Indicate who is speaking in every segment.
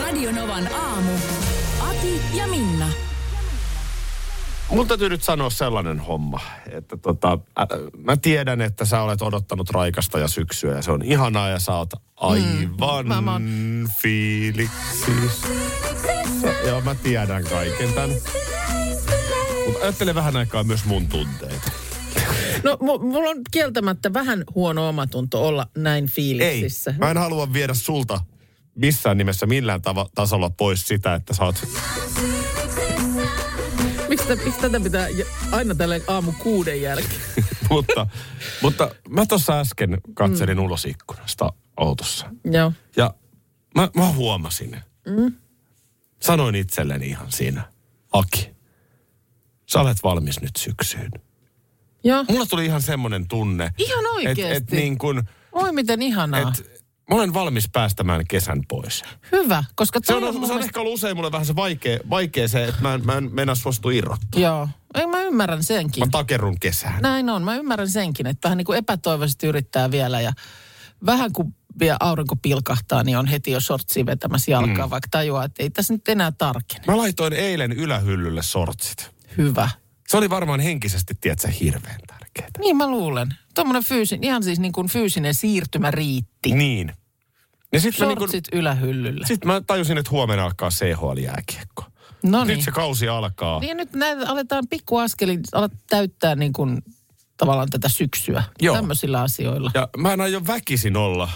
Speaker 1: Radionovan aamu. Ati ja Minna.
Speaker 2: Mun täytyy nyt sanoa sellainen homma, että tota, ä, mä tiedän, että sä olet odottanut raikasta ja syksyä ja se on ihanaa ja sä oot aivan
Speaker 3: mä- mä oon-
Speaker 2: mm, fiiliksissä. Joo, mä tiedän kaiken tämän. Mutta ajattele vähän aikaa myös mun tunteita.
Speaker 3: No, mu- mulla on kieltämättä vähän huono omatunto olla näin fiiliksissä.
Speaker 2: Ei, mä en halua viedä sulta missään nimessä millään tava- tasolla pois sitä, että sä oot...
Speaker 3: Miksi, tä- miksi tätä pitää j- aina tälle aamu kuuden jälkeen?
Speaker 2: mutta, mutta mä tuossa äsken katselin mm. ulos ikkunasta autossa.
Speaker 3: Joo.
Speaker 2: Ja mä, mä huomasin. Mm. Sanoin itselleni ihan siinä. Aki, sä olet valmis nyt syksyyn.
Speaker 3: Joo.
Speaker 2: Mulla tuli ihan semmoinen tunne.
Speaker 3: Ihan
Speaker 2: Et, et
Speaker 3: oikeesti?
Speaker 2: niin kun,
Speaker 3: Oi miten ihanaa.
Speaker 2: et, mä olen valmis päästämään kesän pois.
Speaker 3: Hyvä, koska
Speaker 2: Se
Speaker 3: toi
Speaker 2: on, se on
Speaker 3: mun mielestä-
Speaker 2: ehkä ollut usein mulle vähän se vaikea, vaikea se, että mä en, mä en mennä suostu irrottaa.
Speaker 3: Joo. Ei, mä ymmärrän senkin.
Speaker 2: Mä takerun kesään.
Speaker 3: Näin on, mä ymmärrän senkin, että vähän niin kuin epätoivoisesti yrittää vielä ja vähän kun vielä aurinko pilkahtaa, niin on heti jo shortsiin vetämässä jalkaa, mm. vaikka tajuaa, että ei tässä nyt enää tarkene.
Speaker 2: Mä laitoin eilen ylähyllylle sortsit.
Speaker 3: Hyvä.
Speaker 2: Se oli varmaan henkisesti, tiedätkö, hirveän tärkeää.
Speaker 3: Niin mä luulen. Tuommoinen fyysin, ihan siis niin kuin fyysinen siirtymä riitti.
Speaker 2: Niin. Ja sit mä, niin kun,
Speaker 3: Shortsit ylähyllyllä.
Speaker 2: sit mä tajusin, että huomenna alkaa CHL-jääkiekko.
Speaker 3: No
Speaker 2: Nyt
Speaker 3: niin.
Speaker 2: se kausi alkaa.
Speaker 3: Niin ja nyt näitä aletaan pikkuaskelin alat täyttää niin kuin tavallaan tätä syksyä.
Speaker 2: Joo.
Speaker 3: Tämmöisillä asioilla.
Speaker 2: Ja mä en aio väkisin olla.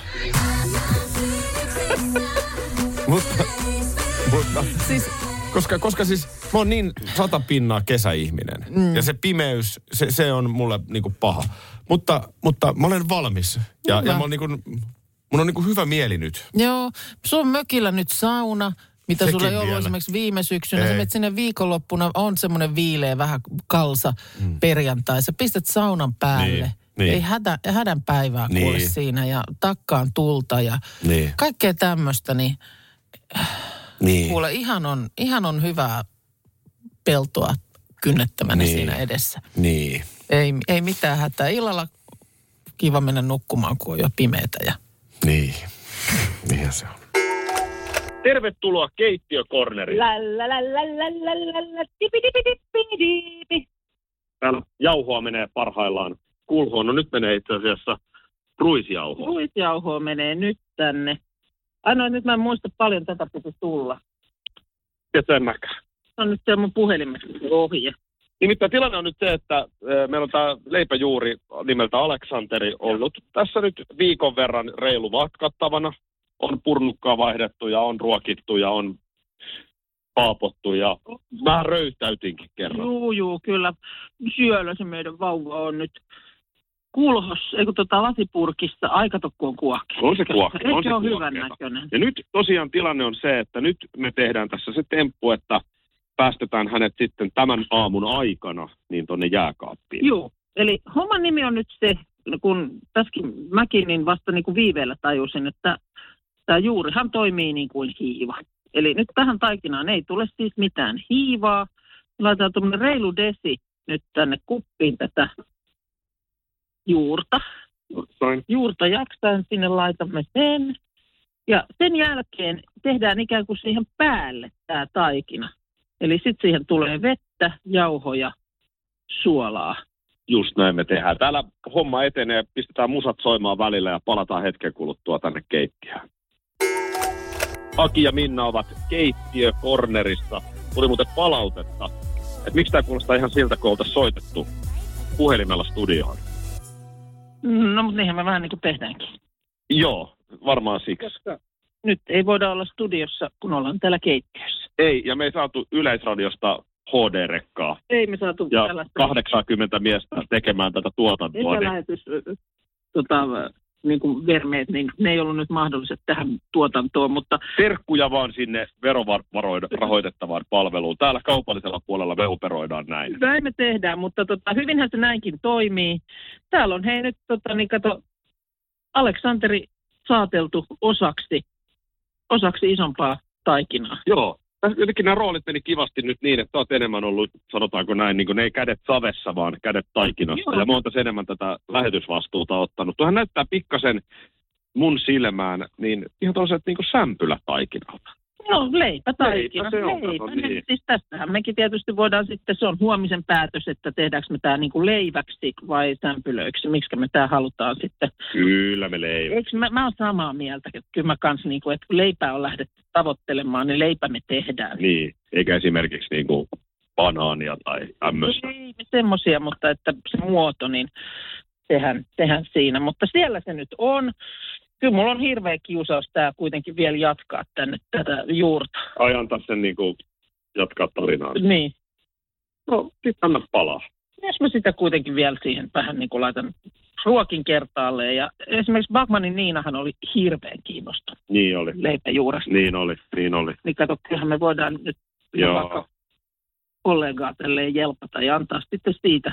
Speaker 2: mutta, mutta,
Speaker 3: Siis,
Speaker 2: koska, koska siis mä oon niin satapinnaa kesäihminen. Mm. Ja se pimeys, se, se on mulle niinku paha. Mutta, mutta mä olen valmis. Ja,
Speaker 3: Hyvä.
Speaker 2: ja mä oon niinku, mun on niinku hyvä mieli nyt.
Speaker 3: joo, sun mökillä nyt sauna, mitä
Speaker 2: Sekin
Speaker 3: sulla ei ollut
Speaker 2: vielä.
Speaker 3: esimerkiksi viime syksynä.
Speaker 2: Ei.
Speaker 3: Sä menet sinne viikonloppuna, on semmoinen viileä vähän kalsa mm. perjantai. Sä pistät saunan päälle.
Speaker 2: Niin, niin.
Speaker 3: Ei hätä, hädän päivää niin. kuule
Speaker 2: Niin.
Speaker 3: siinä ja takkaan tulta ja
Speaker 2: Niin.
Speaker 3: kaikkea tämmöistä. Niin
Speaker 2: Niin.
Speaker 3: kuule, ihan on, ihan on hyvää peltoa kynnettävänä
Speaker 2: Niin.
Speaker 3: siinä edessä.
Speaker 2: Niin.
Speaker 3: Ei, ei mitään hätää. Illalla kiva mennä nukkumaan, kun on jo pimeätä. Ja...
Speaker 2: Niin. Niinhän se on.
Speaker 4: Tervetuloa keittiökorneriin.
Speaker 5: La la la la la la la la tipi tipi tipi tipi.
Speaker 4: Täällä jauhoa menee parhaillaan kulhoon. No nyt menee itse asiassa ruisjauhoa.
Speaker 5: Ruisjauhoa menee nyt tänne. Ainoa nyt mä en muista paljon tätä piti tulla.
Speaker 4: Ja sen mäkään.
Speaker 5: Se on nyt siellä mun puhelimessa ohje.
Speaker 4: Nimittäin tilanne on nyt se, että eh, meillä on tämä leipäjuuri nimeltä Aleksanteri ollut tässä nyt viikon verran reilu vatkattavana. On purnukkaa vaihdettu ja on ruokittu ja on paapottu ja vähän röyhtäytinkin kerran.
Speaker 5: Juu, juu, kyllä. Syöllä se meidän vauva on nyt kulhos, eikö tota lasipurkissa, aikatokku on kuohkea.
Speaker 4: On se kuohkea,
Speaker 5: Nyt
Speaker 4: on
Speaker 5: se,
Speaker 4: se
Speaker 5: on
Speaker 4: kuohkeata.
Speaker 5: hyvän näköinen.
Speaker 4: Ja nyt tosiaan tilanne on se, että nyt me tehdään tässä se temppu, että päästetään hänet sitten tämän aamun aikana niin tonne jääkaappiin.
Speaker 5: Juu, eli homman nimi on nyt se, kun tässäkin mäkin niin vasta niin kuin viiveellä tajusin, että tämä juurihan toimii niin kuin hiiva. Eli nyt tähän taikinaan ei tule siis mitään hiivaa. Laitetaan tuommoinen reilu desi nyt tänne kuppiin tätä juurta.
Speaker 4: Noin.
Speaker 5: Juurta jaksain sinne laitamme sen. Ja sen jälkeen tehdään ikään kuin siihen päälle tämä taikina. Eli sitten siihen tulee vettä, jauhoja, suolaa.
Speaker 4: Just näin me tehdään. Täällä homma etenee, pistetään musat soimaan välillä ja palataan hetken kuluttua tänne keittiöön. Aki ja Minna ovat keittiökornerissa. Tuli muuten palautetta, että miksi tämä kuulostaa ihan siltä, kun oltaisiin soitettu puhelimella studioon.
Speaker 5: No, mutta niinhän me vähän niin kuin tehdäänkin.
Speaker 4: Joo, varmaan siksi.
Speaker 5: Nyt ei voida olla studiossa, kun ollaan täällä keittiössä.
Speaker 4: Ei, ja me ei saatu Yleisradiosta HD-rekkaa
Speaker 5: Ei me saatu
Speaker 4: ja
Speaker 5: tällaista
Speaker 4: 80 miestä tekemään tätä tuotantoa. Niin
Speaker 5: etälähetys tota, niin kuin vermeet, niin ne ei ollut nyt mahdolliset tähän tuotantoon, mutta
Speaker 4: Terkkuja vaan sinne verorahoitettavaan palveluun. Täällä kaupallisella puolella me operoidaan näin.
Speaker 5: näin me tehdään, mutta tota, hyvinhän se näinkin toimii. Täällä on hei nyt, tota, niin kato, Aleksanteri saateltu osaksi, osaksi isompaa taikinaa.
Speaker 4: Joo. Tässä Jotenkin nämä roolit meni kivasti nyt niin, että olet enemmän ollut, sanotaanko näin, niin kuin ne ei kädet savessa, vaan kädet taikinassa.
Speaker 5: Joo.
Speaker 4: Ja mä oon tässä enemmän tätä lähetysvastuuta ottanut. Tuohan näyttää pikkasen mun silmään, niin ihan tuollaiset niin sämpylätaikinalta.
Speaker 5: No leipätaikina.
Speaker 4: Leipä se on, kato,
Speaker 5: Leipä,
Speaker 4: niin.
Speaker 5: Siis tästähän mekin tietysti voidaan sitten, se on huomisen päätös, että tehdäänkö me tämä niin leiväksi vai sämpylöiksi, miksi me tämä halutaan sitten
Speaker 4: Kyllä me leivä.
Speaker 5: Eikö, mä, mä oon samaa mieltä, että kyllä mä kans niinku, että kun leipää on lähdetty tavoittelemaan, niin leipä me tehdään.
Speaker 4: Niin, eikä esimerkiksi niin kuin banaania tai tämmöistä.
Speaker 5: Ei me semmoisia, mutta että se muoto, niin sehän, sehän siinä. Mutta siellä se nyt on. Kyllä mulla on hirveä kiusaus tää kuitenkin vielä jatkaa tänne tätä juurta.
Speaker 4: Ai antaa sen niin kuin jatkaa tarinaa.
Speaker 5: Niin.
Speaker 4: No, sit anna palaa.
Speaker 5: Jos mä sitä kuitenkin vielä siihen vähän niin kuin laitan ruokin kertaalle. Ja esimerkiksi Bagmanin Niinahan oli hirveän kiinnostunut
Speaker 4: Niin oli.
Speaker 5: leipäjuurasta.
Speaker 4: Niin oli, niin oli.
Speaker 5: Niin kato, kyllähän me voidaan nyt Joo.
Speaker 4: Joo.
Speaker 5: vaikka kollegaa tälleen jelpata ja antaa sitten siitä.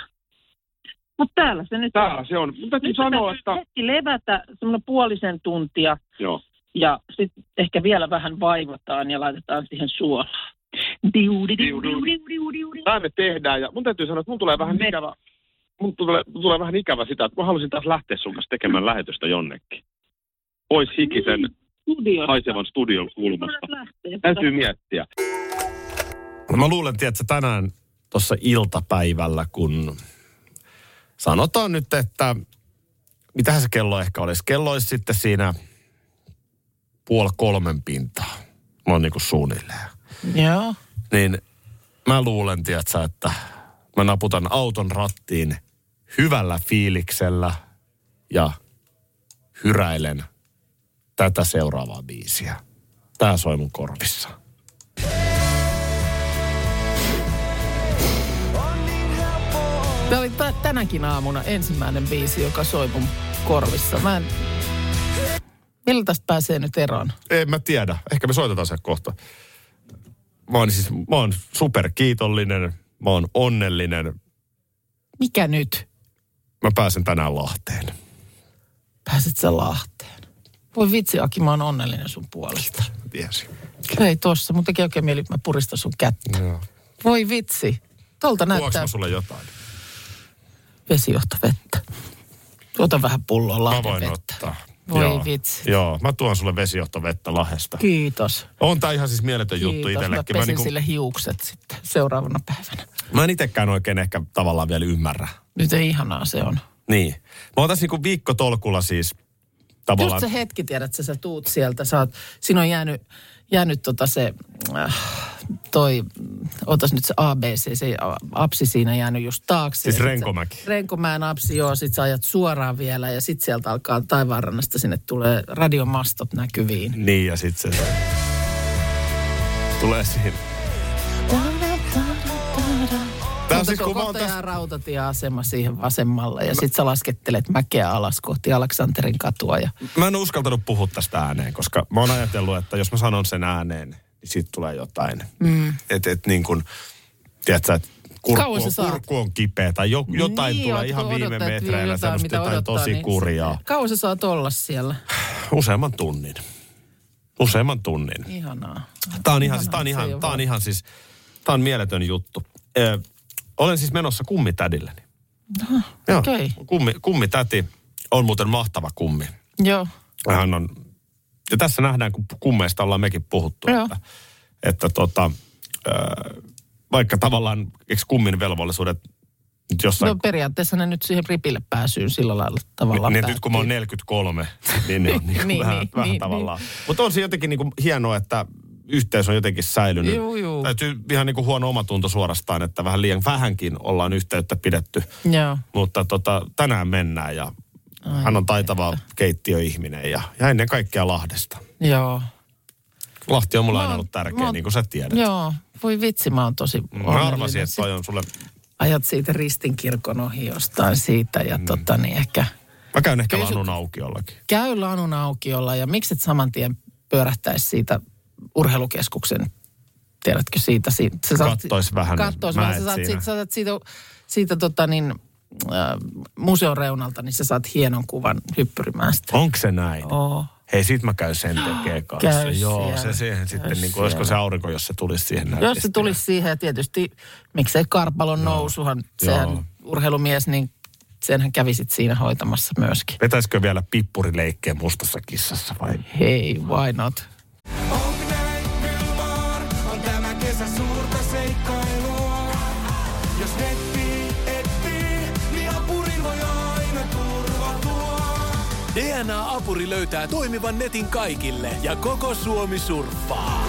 Speaker 5: Mutta täällä se nyt
Speaker 4: Tää se on. Mun täytyy
Speaker 5: Nyt
Speaker 4: sanoa,
Speaker 5: täytyy
Speaker 4: että...
Speaker 5: hetki levätä semmoinen puolisen tuntia
Speaker 4: Joo.
Speaker 5: ja sitten ehkä vielä vähän vaivataan ja laitetaan siihen suolaa. Diudi, diudi, diudi, diudi, diudi.
Speaker 4: Tää me tehdään ja mun täytyy sanoa, että mun tulee vähän
Speaker 5: Me-
Speaker 4: ikävä. Mun tulee, mun tulee vähän ikävä sitä, että mä halusin taas lähteä sun kanssa tekemään lähetystä jonnekin. Pois hikisen
Speaker 5: Studiosta.
Speaker 4: haisevan studion kulmasta.
Speaker 5: Monet lähtee.
Speaker 4: Täytyy miettiä.
Speaker 2: No Mä luulen, että tänään tuossa iltapäivällä, kun sanotaan nyt, että mitähän se kello ehkä olisi. Kello olisi sitten siinä puoli kolmen pintaa. Mä oon niinku suunnilleen.
Speaker 3: Joo.
Speaker 2: Niin mä luulen, tiedätkö, että mä naputan auton rattiin hyvällä fiiliksellä ja hyräilen tätä seuraavaa biisiä. Tää soi mun korvissa.
Speaker 3: Tämä oli tää- tänäkin aamuna ensimmäinen biisi, joka soi mun korvissa. Mä en... Millä tästä pääsee nyt eroon?
Speaker 2: En mä tiedä. Ehkä me soitetaan se kohta. Mä oon siis, mä oon superkiitollinen, mä oon onnellinen.
Speaker 3: Mikä nyt?
Speaker 2: Mä pääsen tänään Lahteen.
Speaker 3: Pääset sä Lahteen. Voi vitsi, Aki, mä oon onnellinen sun puolesta.
Speaker 2: Mä Tiesin.
Speaker 3: Ei tossa, mun teki oikein mieli, että mä puristan sun kättä.
Speaker 2: Joo.
Speaker 3: Voi vitsi. Tolta
Speaker 2: Mm. Tuoks
Speaker 3: näyttää
Speaker 2: mä sulle jotain?
Speaker 3: vesijohtovettä. Ota Tuota vähän pulloa
Speaker 2: Mä
Speaker 3: Lahden
Speaker 2: voin
Speaker 3: vettä.
Speaker 2: ottaa.
Speaker 3: Voi
Speaker 2: Joo.
Speaker 3: vitsi.
Speaker 2: Joo, mä tuon sulle vesijohtovettä Lahesta.
Speaker 3: Kiitos.
Speaker 2: On tää ihan siis mieletön juttu
Speaker 3: Kiitos. Mä
Speaker 2: itsellekin. niinku-
Speaker 3: pesin mä niin sille hiukset sitten seuraavana päivänä.
Speaker 2: mä en itekään oikein ehkä tavallaan vielä ymmärrä.
Speaker 3: Nyt ei ihanaa se on.
Speaker 2: Niin. Mä oon tässä niinku viikko tolkulla siis
Speaker 3: Just
Speaker 2: tavallaan.
Speaker 3: se hetki, tiedät sä, sä tuut sieltä, sä oot, siinä on jäänyt, jäänyt tota se, äh, toi, mm, otas nyt se ABC, se a- apsi siinä jäänyt just taakse.
Speaker 2: Siis
Speaker 3: Ja sit sä-
Speaker 2: Renkomäki.
Speaker 3: Renkomäen apsi, joo, sit sä ajat suoraan vielä ja sit sieltä alkaa taivaanrannasta, sinne tulee radiomastot näkyviin.
Speaker 2: Niin ja sit se tulee siinä. Tää on
Speaker 3: Mutta
Speaker 2: siis, kun mä oon
Speaker 3: kohta
Speaker 2: tässä
Speaker 3: jää rautatieasema siihen vasemmalle ja sit sä laskettelet mäkeä alas kohti Aleksanterin katua ja
Speaker 2: Mä en ole uskaltanut puhua tästä ääneen, koska mä oon ajatellut, että jos mä sanon sen ääneen, niin siitä tulee jotain. Mm. Että et niin kuin, tiedätkö, että kurkku
Speaker 3: Kauan
Speaker 2: on,
Speaker 3: sä saat.
Speaker 2: kurkku on kipeä tai jo, jotain
Speaker 3: niin,
Speaker 2: tulee
Speaker 3: ootko
Speaker 2: ihan viime
Speaker 3: odottanut
Speaker 2: metreillä
Speaker 3: jotain,
Speaker 2: semmoista
Speaker 3: mitä
Speaker 2: jotain
Speaker 3: odottaa,
Speaker 2: tosi
Speaker 3: niin
Speaker 2: kurjaa.
Speaker 3: sitten- Kauan sä saat olla siellä?
Speaker 2: Useamman tunnin. Useamman tunnin.
Speaker 3: Ihanaa.
Speaker 2: Tämä on ihan, siis,
Speaker 3: Ihanaa,
Speaker 2: tää on
Speaker 3: se
Speaker 2: ihan,
Speaker 3: ei oo
Speaker 2: tää on
Speaker 3: vaan-
Speaker 2: ihan siis, tää on mieletön juttu. Ö, olen siis menossa kummitädilleni. Joo,
Speaker 3: okei.
Speaker 2: kummi, kummitäti on muuten mahtava kummi.
Speaker 3: Joo.
Speaker 2: Hän on, ja tässä nähdään, kun kummeista ollaan mekin puhuttu,
Speaker 3: Joo.
Speaker 2: että, että tota, ö, vaikka tavallaan, eikö kummin velvollisuudet nyt jossain...
Speaker 3: No periaatteessa ne nyt siihen ripille pääsyyn sillä lailla tavallaan
Speaker 2: niin, nyt kun mä oon
Speaker 3: päättyy.
Speaker 2: 43, niin ne on niin, niin,
Speaker 3: Niin,
Speaker 2: vähän, niin,
Speaker 3: niin,
Speaker 2: vähän niin,
Speaker 3: niin,
Speaker 2: tavallaan. Mutta on se jotenkin niin kuin hienoa, että yhteys on jotenkin säilynyt.
Speaker 3: Juu, juu.
Speaker 2: Täytyy ihan niin kuin huono omatunto suorastaan, että vähän liian vähänkin ollaan yhteyttä pidetty.
Speaker 3: Joo.
Speaker 2: Mutta tota, tänään mennään ja Ai hän on taitava keittiöihminen ja, ja ennen kaikkea Lahdesta.
Speaker 3: Joo.
Speaker 2: Lahti on mulla
Speaker 3: Mä
Speaker 2: aina
Speaker 3: oon-
Speaker 2: ollut tärkeä,
Speaker 3: mä oon-
Speaker 2: niin kuin sä tiedät.
Speaker 3: Joo. niin Voi vitsi, mä oon tosi
Speaker 2: Mm, Mä
Speaker 3: onnellinen.
Speaker 2: arvasin, että toi on sulle... Mm.
Speaker 3: Ajat siitä ristinkirkon ohi jostain siitä ja tota niin ehkä...
Speaker 2: Mä käyn ehkä
Speaker 3: Kyllä se-
Speaker 2: lanun aukiollakin.
Speaker 3: Käy lanun aukiolla ja miksi et saman tien pyörähtäisi siitä urheilukeskuksen, tiedätkö siitä? siitä sä saat-
Speaker 2: Kattois vähän, niin
Speaker 3: Kattois
Speaker 2: mä
Speaker 3: vähän.
Speaker 2: et
Speaker 3: Sä saat,
Speaker 2: siinä.
Speaker 3: siitä, sä saat siitä, siitä tota niin, äh, museon reunalta, niin sä saat hienon kuvan hyppyrimästä.
Speaker 2: Onko se näin?
Speaker 3: Oh.
Speaker 2: Hei, sit mä käyn sen tekee kanssa.
Speaker 3: Käy
Speaker 2: Joo,
Speaker 3: siellä.
Speaker 2: se siihen
Speaker 3: Käy
Speaker 2: sitten, niin kuin, olisiko se
Speaker 3: siellä.
Speaker 2: aurinko, jos se tulisi siihen
Speaker 3: Jos se
Speaker 2: nätisti.
Speaker 3: tulisi siihen, ja tietysti miksei Karpalon nousuhan, sehän
Speaker 2: Joo.
Speaker 3: urheilumies, niin senhän kävisit siinä hoitamassa myöskin.
Speaker 2: Vetäisikö vielä pippurileikkeen mustassa kissassa vai?
Speaker 3: Hei, why not?
Speaker 6: DNA-apuri löytää toimivan netin kaikille ja koko Suomi surffaa.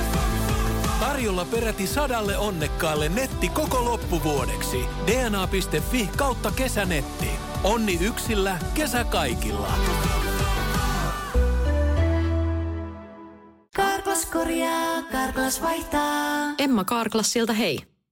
Speaker 6: Tarjolla peräti sadalle onnekkaalle netti koko loppuvuodeksi. dna.fi kautta kesänetti. Onni yksillä, kesä kaikilla.
Speaker 7: Karklas korjaa, Karklas vaihtaa.
Speaker 8: Emma Karklas siltä hei.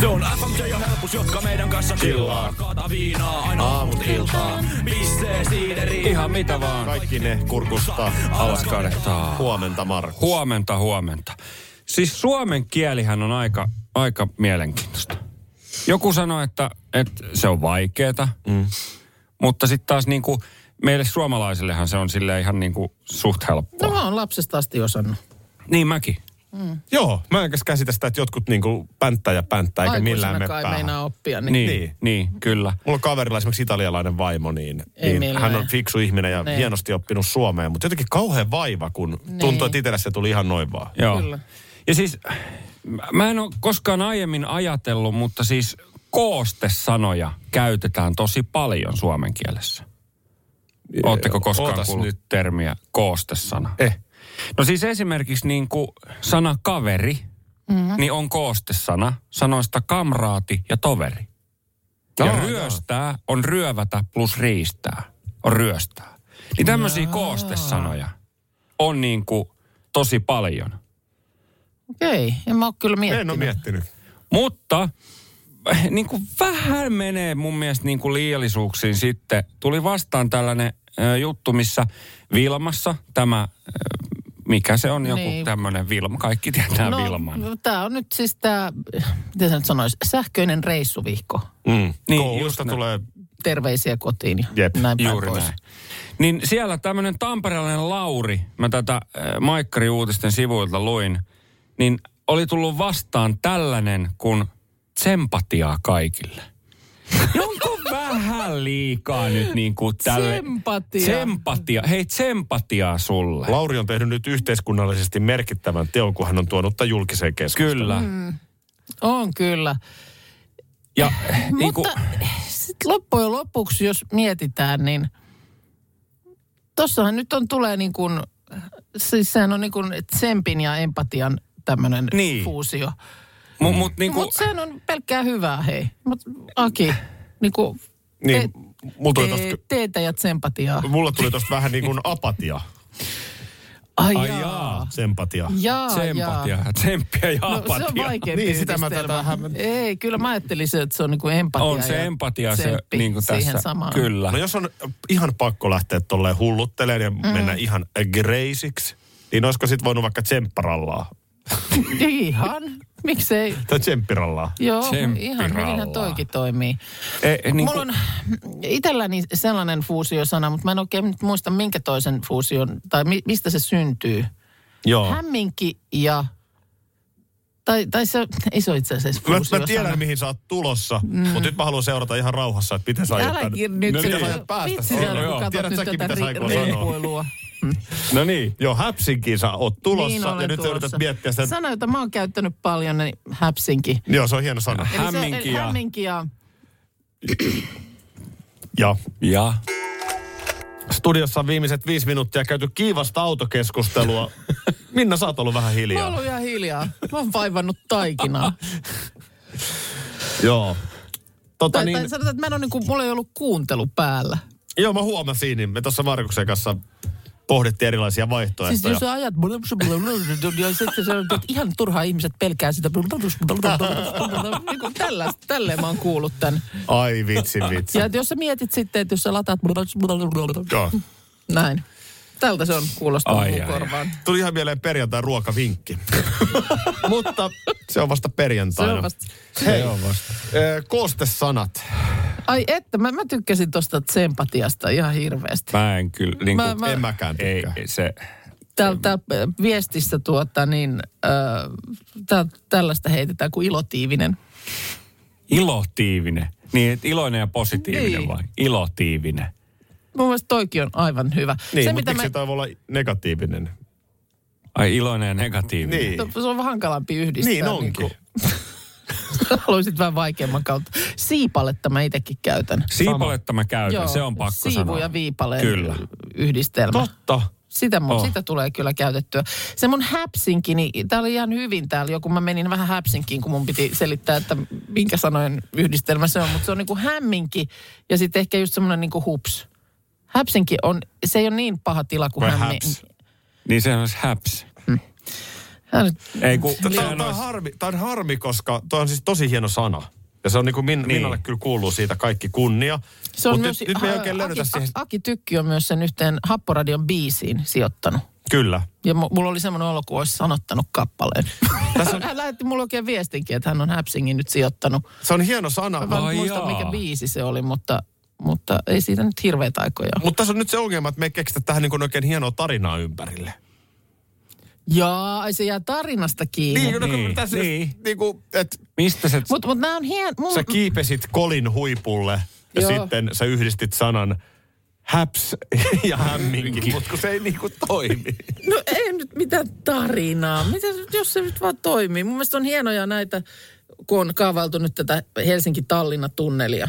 Speaker 6: Se on FMJ ja helpus, jotka meidän kanssa chillaa. Kaata viinaa aina aamut iltaan. Pissee siideri, ihan mitä vaan.
Speaker 2: Kaikki ne kurkusta
Speaker 9: Alaskadettaa.
Speaker 2: Huomenta Markus.
Speaker 9: Huomenta, huomenta. Siis suomen kielihän on aika, aika mielenkiintoista. Joku sanoi, että, että se on vaikeeta, mm. mutta sitten taas niin kuin, meille suomalaisillehan se on sille ihan niin kuin suht helppoa.
Speaker 3: No
Speaker 9: No.
Speaker 3: mä oon lapsesta asti osannut.
Speaker 9: Niin mäkin.
Speaker 2: Joo, mä enkäs käsitä sitä, että jotkut niinku pänttää ja pänttää, eikä millään mene
Speaker 3: kai
Speaker 2: päähän.
Speaker 3: meinaa oppia, niin,
Speaker 9: Niin,
Speaker 3: niin.
Speaker 2: Niin.
Speaker 9: niin. niin kyllä.
Speaker 2: Mulla on kaverilla esimerkiksi italialainen vaimo, niin,
Speaker 3: Ei
Speaker 2: niin
Speaker 3: millään.
Speaker 2: hän on fiksu ihminen ja
Speaker 3: Niin.
Speaker 2: niin. hienosti oppinut suomea, mutta jotenkin kauhean vaiva, kun niin. tuntuu, että itselle se tuli ihan noin vaan.
Speaker 9: Joo.
Speaker 3: Kyllä.
Speaker 9: Ja siis mä en ole koskaan aiemmin ajatellut, mutta siis koostesanoja käytetään tosi paljon suomen kielessä. Oletteko koskaan
Speaker 2: Ootas
Speaker 9: kuullut
Speaker 2: nyt.
Speaker 9: nyt. termiä koostesana?
Speaker 2: Eh.
Speaker 9: No siis esimerkiksi niin kuin sana kaveri, mm-hmm. niin on koostesana sanoista kamraati ja toveri. Ja
Speaker 2: Joo,
Speaker 9: ryöstää joo. on ryövätä plus riistää, on ryöstää. Niin tämmöisiä koostesanoja on niin kuin tosi paljon.
Speaker 3: Okei, en mä oo kyllä miettinyt.
Speaker 2: En ole miettinyt.
Speaker 9: Mutta niin kuin vähän menee mun mielestä niin kuin liiallisuuksiin sitten. Tuli vastaan tällainen ö, juttu, missä Vilmassa tämä, ö, mikä se on, joku
Speaker 3: Niin.
Speaker 9: niin. tämmöinen Vilma, kaikki tietää no, Vilman.
Speaker 3: Tää on nyt siis tää, miten sä nyt sanois, sähköinen reissuvihko.
Speaker 2: Mm.
Speaker 9: Niin,
Speaker 2: Niin, Koulusta
Speaker 9: just näin.
Speaker 2: tulee
Speaker 3: Terveisiä kotiin ja
Speaker 2: Jep,
Speaker 3: näin
Speaker 9: Juuri
Speaker 3: päin pois.
Speaker 9: näin. Niin siellä tämmöinen tamperelainen Lauri, mä tätä ö, Maikkari-uutisten sivuilta luin, niin oli tullut vastaan tällainen kuin tsempatiaa kaikille. No Onko vähän liikaa nyt niin kuin tälle...
Speaker 3: Tsempatia.
Speaker 9: Tsempatia. Hei, tsempatiaa sulle.
Speaker 2: Lauri on tehnyt nyt yhteiskunnallisesti merkittävän teon, kun hän on tuonut tämän julkiseen keskusteluun.
Speaker 9: Kyllä.
Speaker 3: Mm. On kyllä.
Speaker 9: Ja niin kuin,
Speaker 3: Mutta sit loppujen lopuksi, jos mietitään, niin tossahan nyt on tulee niin kuin, siis sehän on niin kuin tsempin ja empatian tämmöinen
Speaker 9: Niin.
Speaker 3: fuusio.
Speaker 9: mu, mut, niin kuin,
Speaker 3: Mutta sehän on pelkkää hyvää, hei. Mut Aki, niin kuin
Speaker 2: Niin, mulla tuli
Speaker 3: te,
Speaker 2: tosta,
Speaker 3: teetä ja tsempatiaa.
Speaker 2: mulla tuli tosta vähän niin kuin apatia,
Speaker 3: Ai,
Speaker 9: Ai
Speaker 3: jaa.
Speaker 9: jaa.
Speaker 2: sempatia.
Speaker 3: Jaa,
Speaker 9: tsempatia,
Speaker 3: jaa.
Speaker 9: tsemppiä ja
Speaker 3: No, se
Speaker 9: apatia.
Speaker 3: on vaikea
Speaker 2: Niin, sitä mä
Speaker 3: yhdistelmä.
Speaker 2: tätä hämmen-
Speaker 3: Ei, kyllä mä ajattelin se, että se on niin kuin empatia.
Speaker 9: on se
Speaker 3: ja
Speaker 9: empatia se,
Speaker 3: tsemppi
Speaker 9: niin kuin
Speaker 3: siihen
Speaker 9: tässä.
Speaker 3: Samaan.
Speaker 9: Kyllä.
Speaker 2: No jos on ihan pakko lähteä tolleen hullutteleen ja mm. mennä ihan greisiksi, niin olisiko sit voinut vaikka tsempparallaa?
Speaker 3: Ihan. Miksei?
Speaker 2: Tai tsemppirallaa?
Speaker 3: Joo,
Speaker 9: Tsemppiralla.
Speaker 3: ihan hyvinhän toikin toimii.
Speaker 9: E,
Speaker 3: Niin
Speaker 9: niin
Speaker 3: Mulla
Speaker 9: kuin,
Speaker 3: on itselläni sellainen fuusiosana, mutta mä en oikein nyt muista minkä toisen
Speaker 2: Oh.
Speaker 3: fuusion, tai mi, mistä se syntyy.
Speaker 2: Joo.
Speaker 3: Hämminki ja Tai, tai se, ei se ole itse asiassa
Speaker 2: Mä,
Speaker 3: fuusio
Speaker 2: mä tiedän, mihin sä oot tulossa, mm. mutta nyt mä haluan seurata ihan rauhassa, että miten sä aiot
Speaker 3: Älä
Speaker 2: tänne-
Speaker 3: nyt
Speaker 2: no
Speaker 3: sitä.
Speaker 2: niin. Sä päästä.
Speaker 3: Vitsi,
Speaker 2: Joo,
Speaker 3: sä
Speaker 2: joo.
Speaker 3: katot
Speaker 2: Tiedät
Speaker 3: nyt
Speaker 2: säkin,
Speaker 3: tätä
Speaker 2: mitä sä aikoo
Speaker 3: ri- Niin.
Speaker 2: sanoa.
Speaker 3: ripuilua.
Speaker 2: No niin. Joo, häpsinkiin sä oot tulossa
Speaker 3: Niin
Speaker 2: ja
Speaker 3: olen
Speaker 2: nyt sä yrität
Speaker 3: tulossa.
Speaker 2: miettiä sitä.
Speaker 3: Sana, jota mä oon käyttänyt paljon, niin häpsinki.
Speaker 2: Joo, se on hieno sana.
Speaker 3: Eli se- eli Hämminki ja
Speaker 2: Ja.
Speaker 9: Ja.
Speaker 2: Studiossa on viimeiset viisi minuuttia käyty kiivasta autokeskustelua. Minna, sä oot ollut vähän
Speaker 3: Mä
Speaker 2: hiljaa.
Speaker 3: oon ollut ihan hiljaa. Mä oon vaivannut taikinaa.
Speaker 2: Joo. Tota
Speaker 3: tai,
Speaker 2: niin,
Speaker 3: tai sanotaan, että mä en ole, niin kuin, mulla ei ollut kuuntelu päällä.
Speaker 2: joo, mä huomasin, niin me tuossa Markuksen kanssa pohdittiin erilaisia
Speaker 3: Siis
Speaker 2: vaihtoehtoja.
Speaker 3: jos sä ajat, ja sitten sanot, että ihan turhaa ihmiset pelkää sitä. Niin kuin tällaista, tälleen mä oon kuullut tän.
Speaker 2: Ai vitsi, vitsi.
Speaker 3: Ja että jos sä mietit sitten, että jos sä lataat,
Speaker 2: Joo.
Speaker 3: näin. Tältä se on kuulostaa
Speaker 9: Ai,
Speaker 3: mun
Speaker 9: ai,
Speaker 3: korvaan.
Speaker 2: Tuli ihan mieleen perjantai ruokavinkki. Mutta se on vasta perjantaina.
Speaker 3: Se on vasta-
Speaker 2: Hei, eh, koostesanat.
Speaker 3: Ai että, mä, mä tykkäsin tosta tsempatiasta ihan hirveästi.
Speaker 9: Mä en kyllä, niin
Speaker 3: Mä-
Speaker 9: kuin,
Speaker 3: mä-
Speaker 2: En mäkään
Speaker 9: ei,
Speaker 2: tykkää.
Speaker 9: ei se,
Speaker 3: Tältä viestistä tuota niin, äh, tä, tällaista heitetään kuin ilotiivinen.
Speaker 9: ilotiivinen. Niin, että iloinen ja positiivinen
Speaker 3: Niin.
Speaker 9: niin. vai? Ilotiivinen.
Speaker 3: Mun mielestä toikin on aivan hyvä.
Speaker 2: Niin, se, mutta miksi mä... tämä voi olla negatiivinen?
Speaker 9: Ai iloinen ja negatiivinen.
Speaker 2: Niin.
Speaker 3: No, se on vähän hankalampi yhdistää.
Speaker 2: Niin onkin.
Speaker 3: kuin- Haluaisit vähän vaikeamman kautta. Siipaletta mä itsekin käytän.
Speaker 9: Siipaletta mä käytän, Joo, se on pakko
Speaker 3: siivu
Speaker 9: sanoa.
Speaker 3: ja viipaleen
Speaker 9: Kyllä.
Speaker 3: yhdistelmä.
Speaker 2: Totta.
Speaker 3: Sitä, mun,
Speaker 9: Oh.
Speaker 3: sitä tulee kyllä käytettyä. Se mun häpsinki, niin tää oli ihan hyvin täällä joku. Mä menin vähän häpsinkiin, kun mun piti selittää, että minkä sanojen yhdistelmä se on. Mutta se on niinku hämminki ja sitten ehkä just semmoinen niinku hups. Häpsinki on, se ei ole niin paha tila kuin
Speaker 2: Vai
Speaker 3: hämmin.
Speaker 2: häps?
Speaker 9: Niin se on se häps.
Speaker 3: Hän nyt-
Speaker 9: Ei kun,
Speaker 2: Tämä on,
Speaker 9: sehän
Speaker 2: tää on
Speaker 9: olisi-
Speaker 2: harmi, tää on harmi, koska toi on siis tosi hieno sana. Ja se on niin kuin Min, niin. Minnalle kyllä kuuluu siitä kaikki kunnia.
Speaker 3: Se on
Speaker 2: Mut
Speaker 3: myös,
Speaker 2: nyt, nyt me ei oikein löydetä
Speaker 3: Aki,
Speaker 2: siihen.
Speaker 3: A- Aki Tykki on myös sen yhteen Happoradion biisiin sijoittanut.
Speaker 2: Kyllä.
Speaker 3: Ja mu- mulla oli semmoinen olo, kun olisi sanottanut kappaleen. Hän lähetti mulle oikein viestinkin, että hän on Häpsingin nyt sijoittanut.
Speaker 2: Se on hieno sana.
Speaker 3: Mä en
Speaker 9: Ai
Speaker 3: muista,
Speaker 9: jaa.
Speaker 3: mikä biisi se oli, mutta, mutta ei siitä nyt hirveitä aikoja ole.
Speaker 2: Mutta tässä on nyt se ongelma, että me ei keksitä tähän niin kuin oikein hienoa tarinaa ympärille.
Speaker 3: Jaa, ai se jää tarinasta kiinni.
Speaker 2: Niin, no, niin.
Speaker 9: Niin.
Speaker 2: Tässä, niin.
Speaker 9: Niin.
Speaker 2: niin kuin, että
Speaker 9: Mistä se...
Speaker 3: Mutta mut nämä on hien... Mun...
Speaker 2: sä kiipesit kolin huipulle ja
Speaker 3: Joo.
Speaker 2: sitten sä yhdistit sanan häps ja hämminki, mutta kun se ei niin kuin toimi.
Speaker 3: No ei nyt mitään tarinaa. Mitä, jos se nyt vaan toimii. Mun mielestä on hienoja näitä, kun on kaavailtu nyt tätä Helsinki-Tallinna-tunnelia.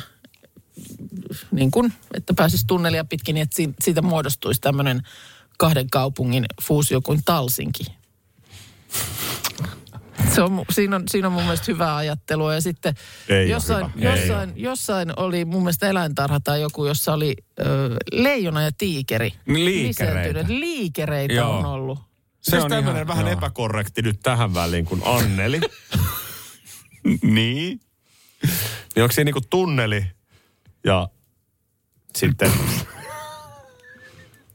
Speaker 3: Niin kuin, että pääsisi tunnelia pitkin, niin että si- siitä muodostuisi tämmöinen kahden kaupungin fuusio kuin Talsinki. Se on, mu- siinä, on, siinä on mun mielestä hyvää ajattelua. Ja sitten
Speaker 2: Ei ole
Speaker 3: jossain,
Speaker 2: hyvä. Ei
Speaker 3: jossain, jossain oli mun mielestä eläintarha tai joku, jossa oli ö, leijona ja tiikeri.
Speaker 9: Niin, liikereitä.
Speaker 3: Lisääntyneet. Liikereitä
Speaker 9: Joo.
Speaker 3: on ollut.
Speaker 2: Se on tämmöinen vähän
Speaker 9: joo.
Speaker 2: epäkorrekti nyt tähän väliin kuin Anneli.
Speaker 9: Niin.
Speaker 2: niin onko siinä niinku tunneli ja sitten...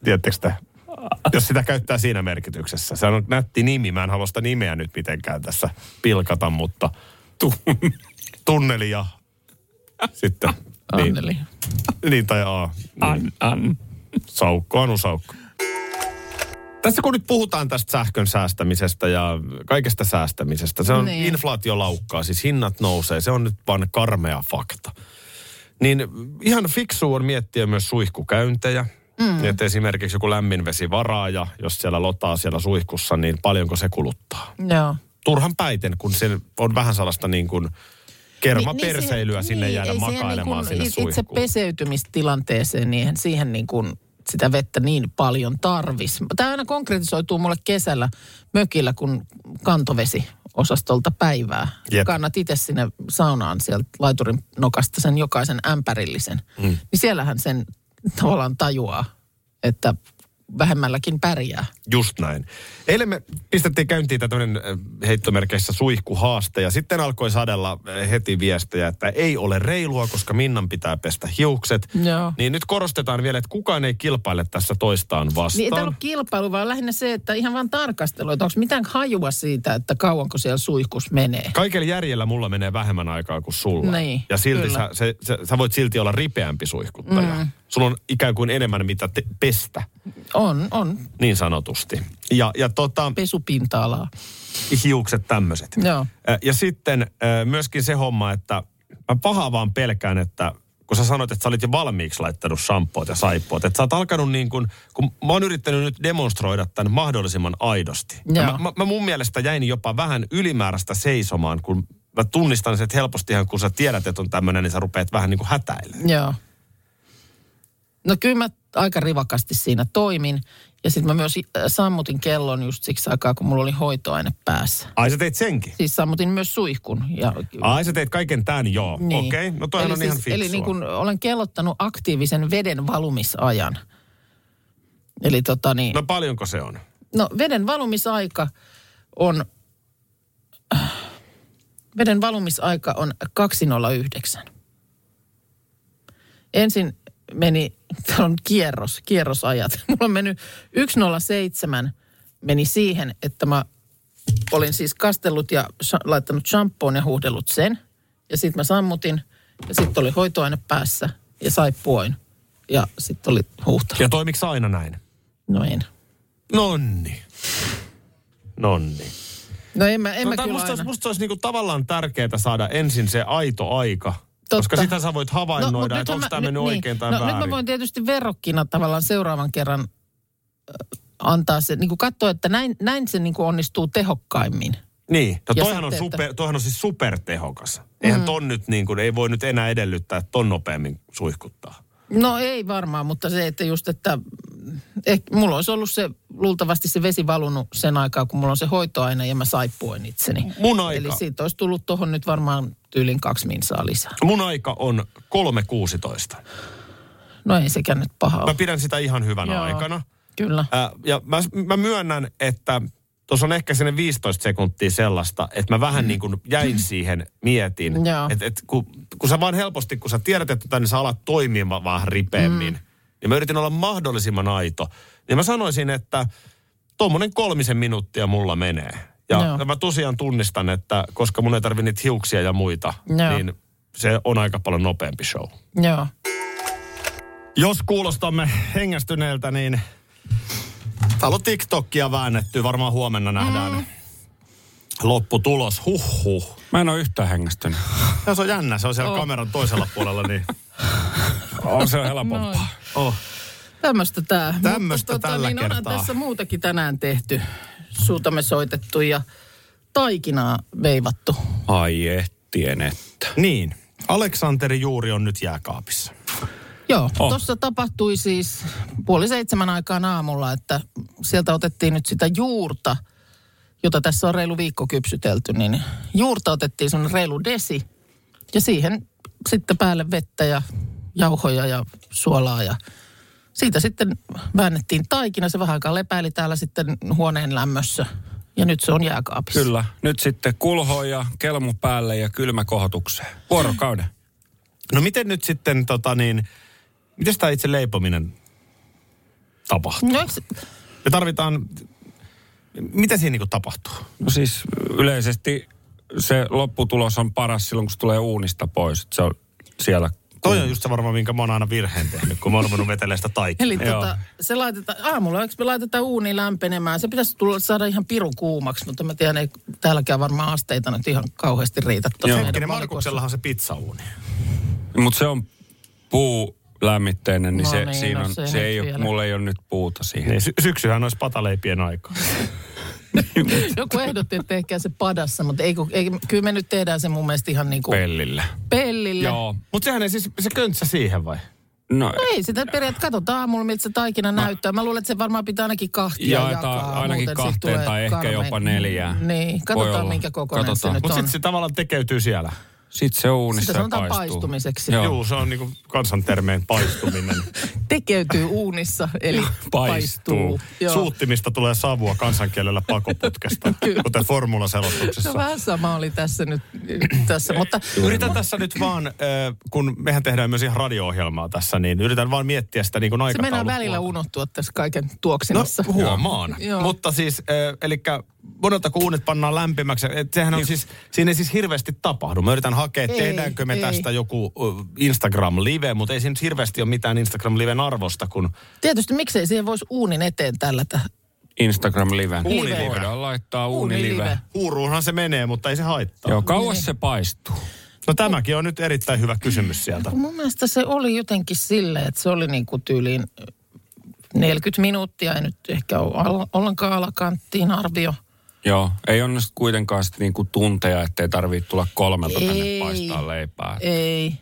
Speaker 2: Tiedättekö te? Jos sitä käyttää siinä merkityksessä. Se on nätti nimi. Mä en halua sitä nimeä nyt mitenkään tässä pilkata, mutta tu- tunneli ja sitten...
Speaker 3: Anneli.
Speaker 2: Niin, niin tai A.
Speaker 9: An, an.
Speaker 2: Saukko, Anu Saukko. Tässä kun nyt puhutaan tästä sähkön säästämisestä ja kaikesta säästämisestä, se on niin.
Speaker 3: Niin.
Speaker 2: inflaatio laukkaa, siis hinnat nousee, se on nyt vaan karmea fakta. Niin ihan fiksu on miettiä myös suihkukäyntejä. Mm. Että esimerkiksi joku lämminvesivaraaja, jos siellä lotaa siellä suihkussa, niin paljonko se kuluttaa?
Speaker 3: Joo.
Speaker 2: Turhan päiten, kun se on vähän sellaista niin kuin kermaperseilyä niin, sinne
Speaker 3: niin,
Speaker 2: jäädä
Speaker 3: ei siihen
Speaker 2: makailemaan
Speaker 3: niin
Speaker 2: sinne
Speaker 3: kuin
Speaker 2: suihkuun.
Speaker 3: Itse peseytymistilanteeseen, niin eihän siihen niin kuin sitä vettä niin paljon tarvis. Tämä aina konkretisoituu mulle kesällä mökillä, kun kantovesi osastolta päivää.
Speaker 2: Jep.
Speaker 3: Jep. Kannat itse sinne saunaan sieltä laiturin nokasta sen jokaisen ämpärillisen. Mm. Niin siellähän sen tavallaan tajuaa, että vähemmälläkin pärjää.
Speaker 2: Just näin. Eilen me pistettiin käyntiin tämmöinen heittomerkeissä suihkuhaaste ja sitten alkoi sadella äh, heti viestejä, että ei ole reilua, koska Minnan pitää pestä hiukset.
Speaker 3: Joo.
Speaker 2: Niin nyt korostetaan vielä, että kukaan ei kilpaile tässä toistaan vastaan.
Speaker 3: Niin ei tämä ollut kilpailu, vaan lähinnä se, että ihan vaan tarkastelu, että onko mitään hajua siitä, että kauanko siellä suihkus menee.
Speaker 2: Kaikella järjellä mulla menee vähemmän aikaa kuin sulla.
Speaker 3: Niin,
Speaker 2: ja silti
Speaker 3: kyllä.
Speaker 2: sä, se, sä, sä voit silti olla ripeämpi suihkuttaja. Mm. Sulla on ikään kuin enemmän mitä te, pestä.
Speaker 3: On, on.
Speaker 2: Niin sanotusti. Ja, ja tota,
Speaker 3: Pesupinta-alaa.
Speaker 2: hiukset tämmöiset.
Speaker 3: Joo.
Speaker 2: Ä, Ja sitten ä, myöskin se homma, että mä pahaa vaan pelkään, että kun sä sanoit, että sä olit jo valmiiksi laittanut shampoot ja saippoot, että sä oot alkanut niin kuin, kun mä oon yrittänyt nyt demonstroida tämän mahdollisimman aidosti. Ja
Speaker 3: Joo.
Speaker 2: Mä, mä, mä mun mielestä jäin jopa vähän ylimääräistä seisomaan, kun mä tunnistan sen, että helpostihan kun sä tiedät, että on tämmöinen, niin sä rupeat vähän niin kuin hätäilemään.
Speaker 3: Joo. No kyllä mä aika rivakasti siinä toimin. Ja sitten mä myös äh, sammutin kellon just siksi aikaa, kun mulla oli hoitoaine päässä.
Speaker 2: Ai sä teit senkin?
Speaker 3: Siis sammutin myös suihkun. Ja,
Speaker 2: Ai sä teit kaiken tämän, joo. Niin. Ah, Okei, okay. no toihan
Speaker 3: eli
Speaker 2: on ihan fiksua.
Speaker 3: Eli niin kun olen kellottanut aktiivisen veden valumisajan. Eli tota niin, no.
Speaker 2: No paljonko se on?
Speaker 3: no veden valumisaika on, veden valumisaika on 209. Ensin meni, täällä on kierros, kierrosajat. Mulla on mennyt 107 meni siihen, että mä olin siis kastellut ja sha- laittanut shampoon ja huuhdellut sen. Ja sitten mä sammutin ja sitten oli hoitoaine päässä ja saippuoin. Ja sitten oli No niin. huuhtelu.
Speaker 2: Ja toimiks aina näin?
Speaker 3: Noin.
Speaker 2: Nonni. Nonni.
Speaker 3: No en mä, en mä
Speaker 2: tää
Speaker 3: kyllä
Speaker 2: Tota, musta,
Speaker 3: aina.
Speaker 2: olisi, musta olisi niinku tavallaan tärkeää saada ensin se aito aika. Totta. Koska sitä sä voit havainnoida, no,
Speaker 3: mut
Speaker 2: että
Speaker 3: nythän
Speaker 2: onko tämä
Speaker 3: mä-
Speaker 2: mennyt
Speaker 3: nyt-
Speaker 2: oikein tai
Speaker 3: no,
Speaker 2: väärin.
Speaker 3: Nyt mä voin tietysti verrokkina tavallaan seuraavan kerran äh, antaa se, niin kuin katsoa, että näin, näin se niin kuin onnistuu tehokkaimmin.
Speaker 2: Niin, no
Speaker 3: Ja
Speaker 2: toihan on,
Speaker 3: sitten, että-
Speaker 2: super, toihan on siis supertehokas. Eihän
Speaker 3: Mm.
Speaker 2: ton nyt niin kuin, ei voi nyt enää edellyttää, että ton nopeammin suihkuttaa.
Speaker 3: No ei varmaan, mutta se, että just, että mm, ehkä mulla olisi ollut se, luultavasti se vesi valunut sen aikaa, kun mulla on se hoitoaine ja mä saippuin itseni.
Speaker 2: Mun aika.
Speaker 3: Eli siitä olisi tullut tuohon nyt varmaan tyylin kaksi minsaa lisää.
Speaker 2: Mun aika on 3.16.
Speaker 3: No ei sekään nyt paha
Speaker 2: Mä
Speaker 3: ole.
Speaker 2: pidän sitä ihan hyvänä
Speaker 3: Joo.
Speaker 2: aikana.
Speaker 3: Kyllä.
Speaker 2: Ää, ja mä, mä myönnän, että tuossa on ehkä sinne 15 sekuntia sellaista, että mä vähän niin kuin jäin siihen, mietin.
Speaker 3: Mm. Joo.
Speaker 2: Et, et, kun, kun sä vaan helposti, kun sä tiedät, että tänne sä alat toimimaan vähän ripeämmin, mm. ja mä yritin olla mahdollisimman aito, niin mä sanoisin, että tuommoinen kolmisen minuuttia mulla menee. Ja
Speaker 3: Joo.
Speaker 2: mä tosiaan tunnistan, että koska mun ei tarvi niitä hiuksia ja muita,
Speaker 3: Joo.
Speaker 2: niin se on aika paljon nopeampi show.
Speaker 3: Joo.
Speaker 2: Jos kuulostamme hengästyneeltä, niin täällä on TikTokia väännetty. Varmaan huomenna nähdään mm. lopputulos. Huhhuh.
Speaker 9: Mä en ole yhtään hengästynyt.
Speaker 2: Ja se on jännä, se on siellä oh. kameran toisella puolella. Niin.
Speaker 9: On se helpompaa.
Speaker 2: Oh.
Speaker 3: Tämmöistä tää.
Speaker 2: Tämmöstä
Speaker 3: Mutta
Speaker 2: tällä
Speaker 3: niin onhan
Speaker 2: kertaa.
Speaker 3: tässä muutakin tänään tehty. Suutamme soitettu ja taikinaa veivattu.
Speaker 9: Ai ettien että.
Speaker 2: Niin, Aleksanteri Juuri on nyt jääkaapissa.
Speaker 3: Joo,
Speaker 9: Oh.
Speaker 3: oh. tuossa tapahtui siis puoli seitsemän aikaan aamulla, että sieltä otettiin nyt sitä juurta, jota tässä on reilu viikko kypsytelty, niin juurta otettiin semmoinen reilu desi ja siihen sitten päälle vettä ja jauhoja ja suolaa ja siitä sitten väännettiin taikina. Se vähän aikaa lepäili täällä sitten huoneen lämmössä ja nyt se on jääkaapissa.
Speaker 9: Kyllä. Nyt sitten kulho ja kelmu päälle ja kylmä kohotukseen. Vuorokauden.
Speaker 2: No miten nyt sitten, tota niin, miten tämä itse leipominen tapahtuu?
Speaker 3: No, eks-
Speaker 2: Me tarvitaan, mitä siinä niinku tapahtuu?
Speaker 9: No siis yleisesti se lopputulos on paras silloin, kun se tulee uunista pois. että Se on siellä.
Speaker 2: Toi on just se varmaan, minkä mä oon aina virheen tehnyt, kun mä oon ruvennut vetelemään sitä taikinaa.
Speaker 3: Eli
Speaker 9: Joo.
Speaker 3: tota, se laitetaan aamulla, eikö me laitetaan uuni lämpenemään? Se pitäisi tulla, saada ihan pirun kuumaksi, mutta mä tiedän, ei täälläkään varmaan asteita nyt ihan kauheasti riitä tuossa meidän
Speaker 2: Hetkinen,
Speaker 3: valikossa.
Speaker 2: Markuksellahan on se pizzauuni.
Speaker 9: Mutta se on puulämmitteinen, niin,
Speaker 3: No
Speaker 9: se,
Speaker 3: niin,
Speaker 9: siinä
Speaker 3: no
Speaker 9: on,
Speaker 3: se
Speaker 9: se
Speaker 3: nyt
Speaker 9: ei ole,
Speaker 3: vielä.
Speaker 9: mulla ei ole nyt puuta siihen.
Speaker 2: Niin, sy- syksyhän olisi pataleipien aika.
Speaker 3: Joku ehdotti, että tehkää se padassa, mutta ei, kun- ei, kyllä me nyt tehdään se mun mielestä ihan niin kuin
Speaker 9: Pellillä.
Speaker 3: pellillä.
Speaker 9: Joo.
Speaker 2: Mutta sehän ei siis, se köntsä siihen vai?
Speaker 9: No,
Speaker 3: No ei sitä periaatteessa, katsotaan aamulla, miltä se taikina no. näyttää. Mä luulen, että se varmaan pitää ainakin kahtia
Speaker 9: Jaetaan
Speaker 3: jakaa.
Speaker 9: ainakin
Speaker 3: muuten siitä
Speaker 9: kahteen
Speaker 3: tulee
Speaker 9: tai ehkä
Speaker 3: karmea.
Speaker 9: jopa neljään.
Speaker 3: Niin,
Speaker 9: Voi
Speaker 3: katsotaan
Speaker 9: olla.
Speaker 3: minkä kokoinen
Speaker 9: Katsotaan.
Speaker 3: se nyt
Speaker 2: Mutta
Speaker 3: on.
Speaker 2: sitten se tavallaan tekeytyy siellä.
Speaker 9: sit se uunissa
Speaker 3: Sitä sanotaan
Speaker 9: paistuu.
Speaker 3: paistumiseksi.
Speaker 9: Joo.
Speaker 2: Joo, Juu, se on niinku kansantermeen paistuminen.
Speaker 3: Tekeytyy uunissa, eli paistuu. Joo.
Speaker 2: Suuttimista tulee savua kansankielellä pakoputkesta, kuten formulaselostuksessa.
Speaker 3: No vähän sama oli tässä nyt, tässä, mutta
Speaker 2: Yritän tässä nyt vaan, äh, kun mehän tehdään myös ihan radio-ohjelmaa tässä, niin yritän vaan miettiä sitä niin kuin
Speaker 3: se
Speaker 2: aikataulua.
Speaker 3: meinaa välillä unohtua tässä kaiken
Speaker 2: No
Speaker 3: tuoksinassa.
Speaker 2: huomaan.
Speaker 3: Joo.
Speaker 2: Mutta siis, eli monelta kun uunit pannaan lämpimäksi, et sehän on siis, siinä ei siis hirveästi tapahdu. Mä yritän hakea, että
Speaker 3: Ei,
Speaker 2: tehdäänkö me
Speaker 3: ei.
Speaker 2: tästä joku ö, Instagram-live, mutta ei siinä nyt hirveästi ole mitään Instagram-liven arvosta, kun
Speaker 3: Tietysti miksei siihen voisi uunin eteen tällätä.
Speaker 9: Instagram-liven.
Speaker 2: Uunilive.
Speaker 9: Voidaan laittaa uunilive.
Speaker 2: huuruunhan se menee, mutta ei se haittaa.
Speaker 9: Joo,
Speaker 3: Niin.
Speaker 9: kauas se paistuu.
Speaker 2: No tämäkin on nyt erittäin hyvä kysymys sieltä.
Speaker 3: Kun mun mielestä se oli jotenkin silleen, että se oli niin kuin tyyliin 40 minuuttia, ei nyt ehkä ole al- ollenkaan alakanttiin arvio.
Speaker 9: Joo, ei ole nyt kuitenkaan sit niinku tunteja, ettei tarvitse tulla kolmelta tänne
Speaker 3: Ei.
Speaker 9: paistaa leipää.
Speaker 3: Ei.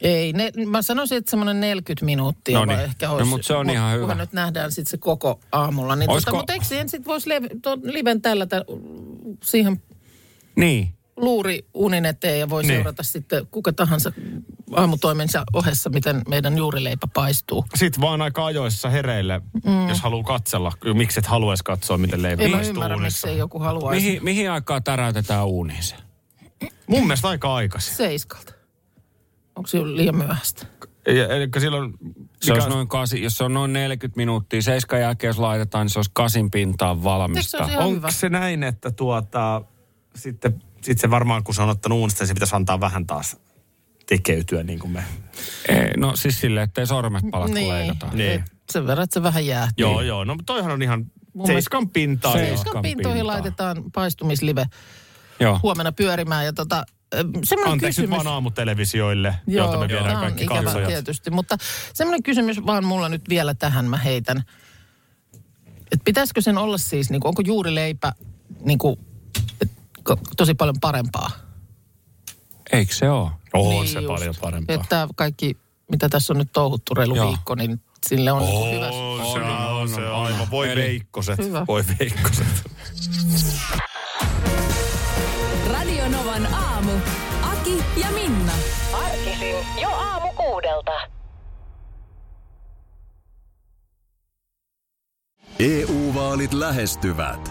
Speaker 3: Ei, ne, mä sanoisin, että semmoinen 40 minuuttia
Speaker 9: Noniin.
Speaker 3: vaan ehkä
Speaker 9: No,
Speaker 3: olisi.
Speaker 9: mut se on
Speaker 3: Mut
Speaker 9: ihan
Speaker 3: kunhan
Speaker 9: hyvä.
Speaker 3: nyt nähdään sitten se koko aamulla. Niin
Speaker 9: Oisko-
Speaker 3: tota, mutta eikö siihen sitten voisi le- tuon liven tällä tä- siihen
Speaker 9: Niin.
Speaker 3: luuri unin eteen ja voi
Speaker 2: Niin.
Speaker 3: niin. seurata sitten kuka tahansa aamutoimensa ohessa, miten meidän juurileipä paistuu.
Speaker 2: Sitten vaan aika ajoissa hereille, mm. jos haluaa katsella. Miksi et haluaisi katsoa, miten leipä
Speaker 3: En mä
Speaker 2: maistuu
Speaker 3: ymmärrä,
Speaker 2: uunissa.
Speaker 3: miksei joku haluaisi.
Speaker 9: Mihin, mihin aikaan täräytetään uuniin se?
Speaker 2: Mun mielestä aika aikaisin.
Speaker 3: Seiskalta. Onko se jo liian myöhäistä?
Speaker 2: Ja- Eli silloin...
Speaker 9: Se
Speaker 2: mikä-
Speaker 9: olisi noin kasi, jos se on noin 40 minuuttia, seiskan jälkeen jos laitetaan, niin se olisi kasin pintaan valmista.
Speaker 3: Eikö se ole ihan
Speaker 2: Onko
Speaker 3: hyvä?
Speaker 2: se näin, että tuota, sitten sit se varmaan kun se on ottanut uunista, se pitäisi antaa vähän taas tekeytyä niin kuin me.
Speaker 9: Ei, no siis silleen, ettei sormet palat, kun leikataan.
Speaker 2: Niin.
Speaker 3: Et Sen verran, että se vähän jäähtyy.
Speaker 2: Joo, joo. No toihan on ihan
Speaker 3: Mun
Speaker 2: seiskan pintaa.
Speaker 9: Se-
Speaker 2: joo.
Speaker 3: Seiskan
Speaker 9: pintaan.
Speaker 3: pintoihin laitetaan paistumislive
Speaker 9: Joo.
Speaker 3: huomenna pyörimään. Ja tota, ö, semmoinen
Speaker 2: Anteeksi nyt
Speaker 3: kysymys.
Speaker 2: vaan aamutelevisioille, joo, joita me
Speaker 3: tää
Speaker 2: viedään
Speaker 3: on
Speaker 2: kaikki
Speaker 3: ikävä
Speaker 2: katsojat.
Speaker 3: tietysti, mutta semmoinen kysymys vaan mulla nyt vielä tähän mä heitän. Et pitäisikö sen olla siis, niinku, onko juurileipä niinku, et, ko- tosi paljon parempaa?
Speaker 9: Eikö se ole?
Speaker 2: On
Speaker 3: Niin
Speaker 2: se
Speaker 3: just.
Speaker 2: paljon parempaa.
Speaker 3: Että kaikki, mitä tässä on nyt touhuttu reilu
Speaker 9: Joo.
Speaker 3: viikko, niin sille on niinku hyvä.
Speaker 2: On, se on, se on, aivan. Voi
Speaker 9: Eli-
Speaker 2: veikkoset,
Speaker 3: Hyvä.
Speaker 2: voi veikkoset.
Speaker 1: Radio Novan aamu. Aki ja Minna.
Speaker 10: Arkisin jo aamu kuudelta.
Speaker 11: EU-vaalit E lähestyvät.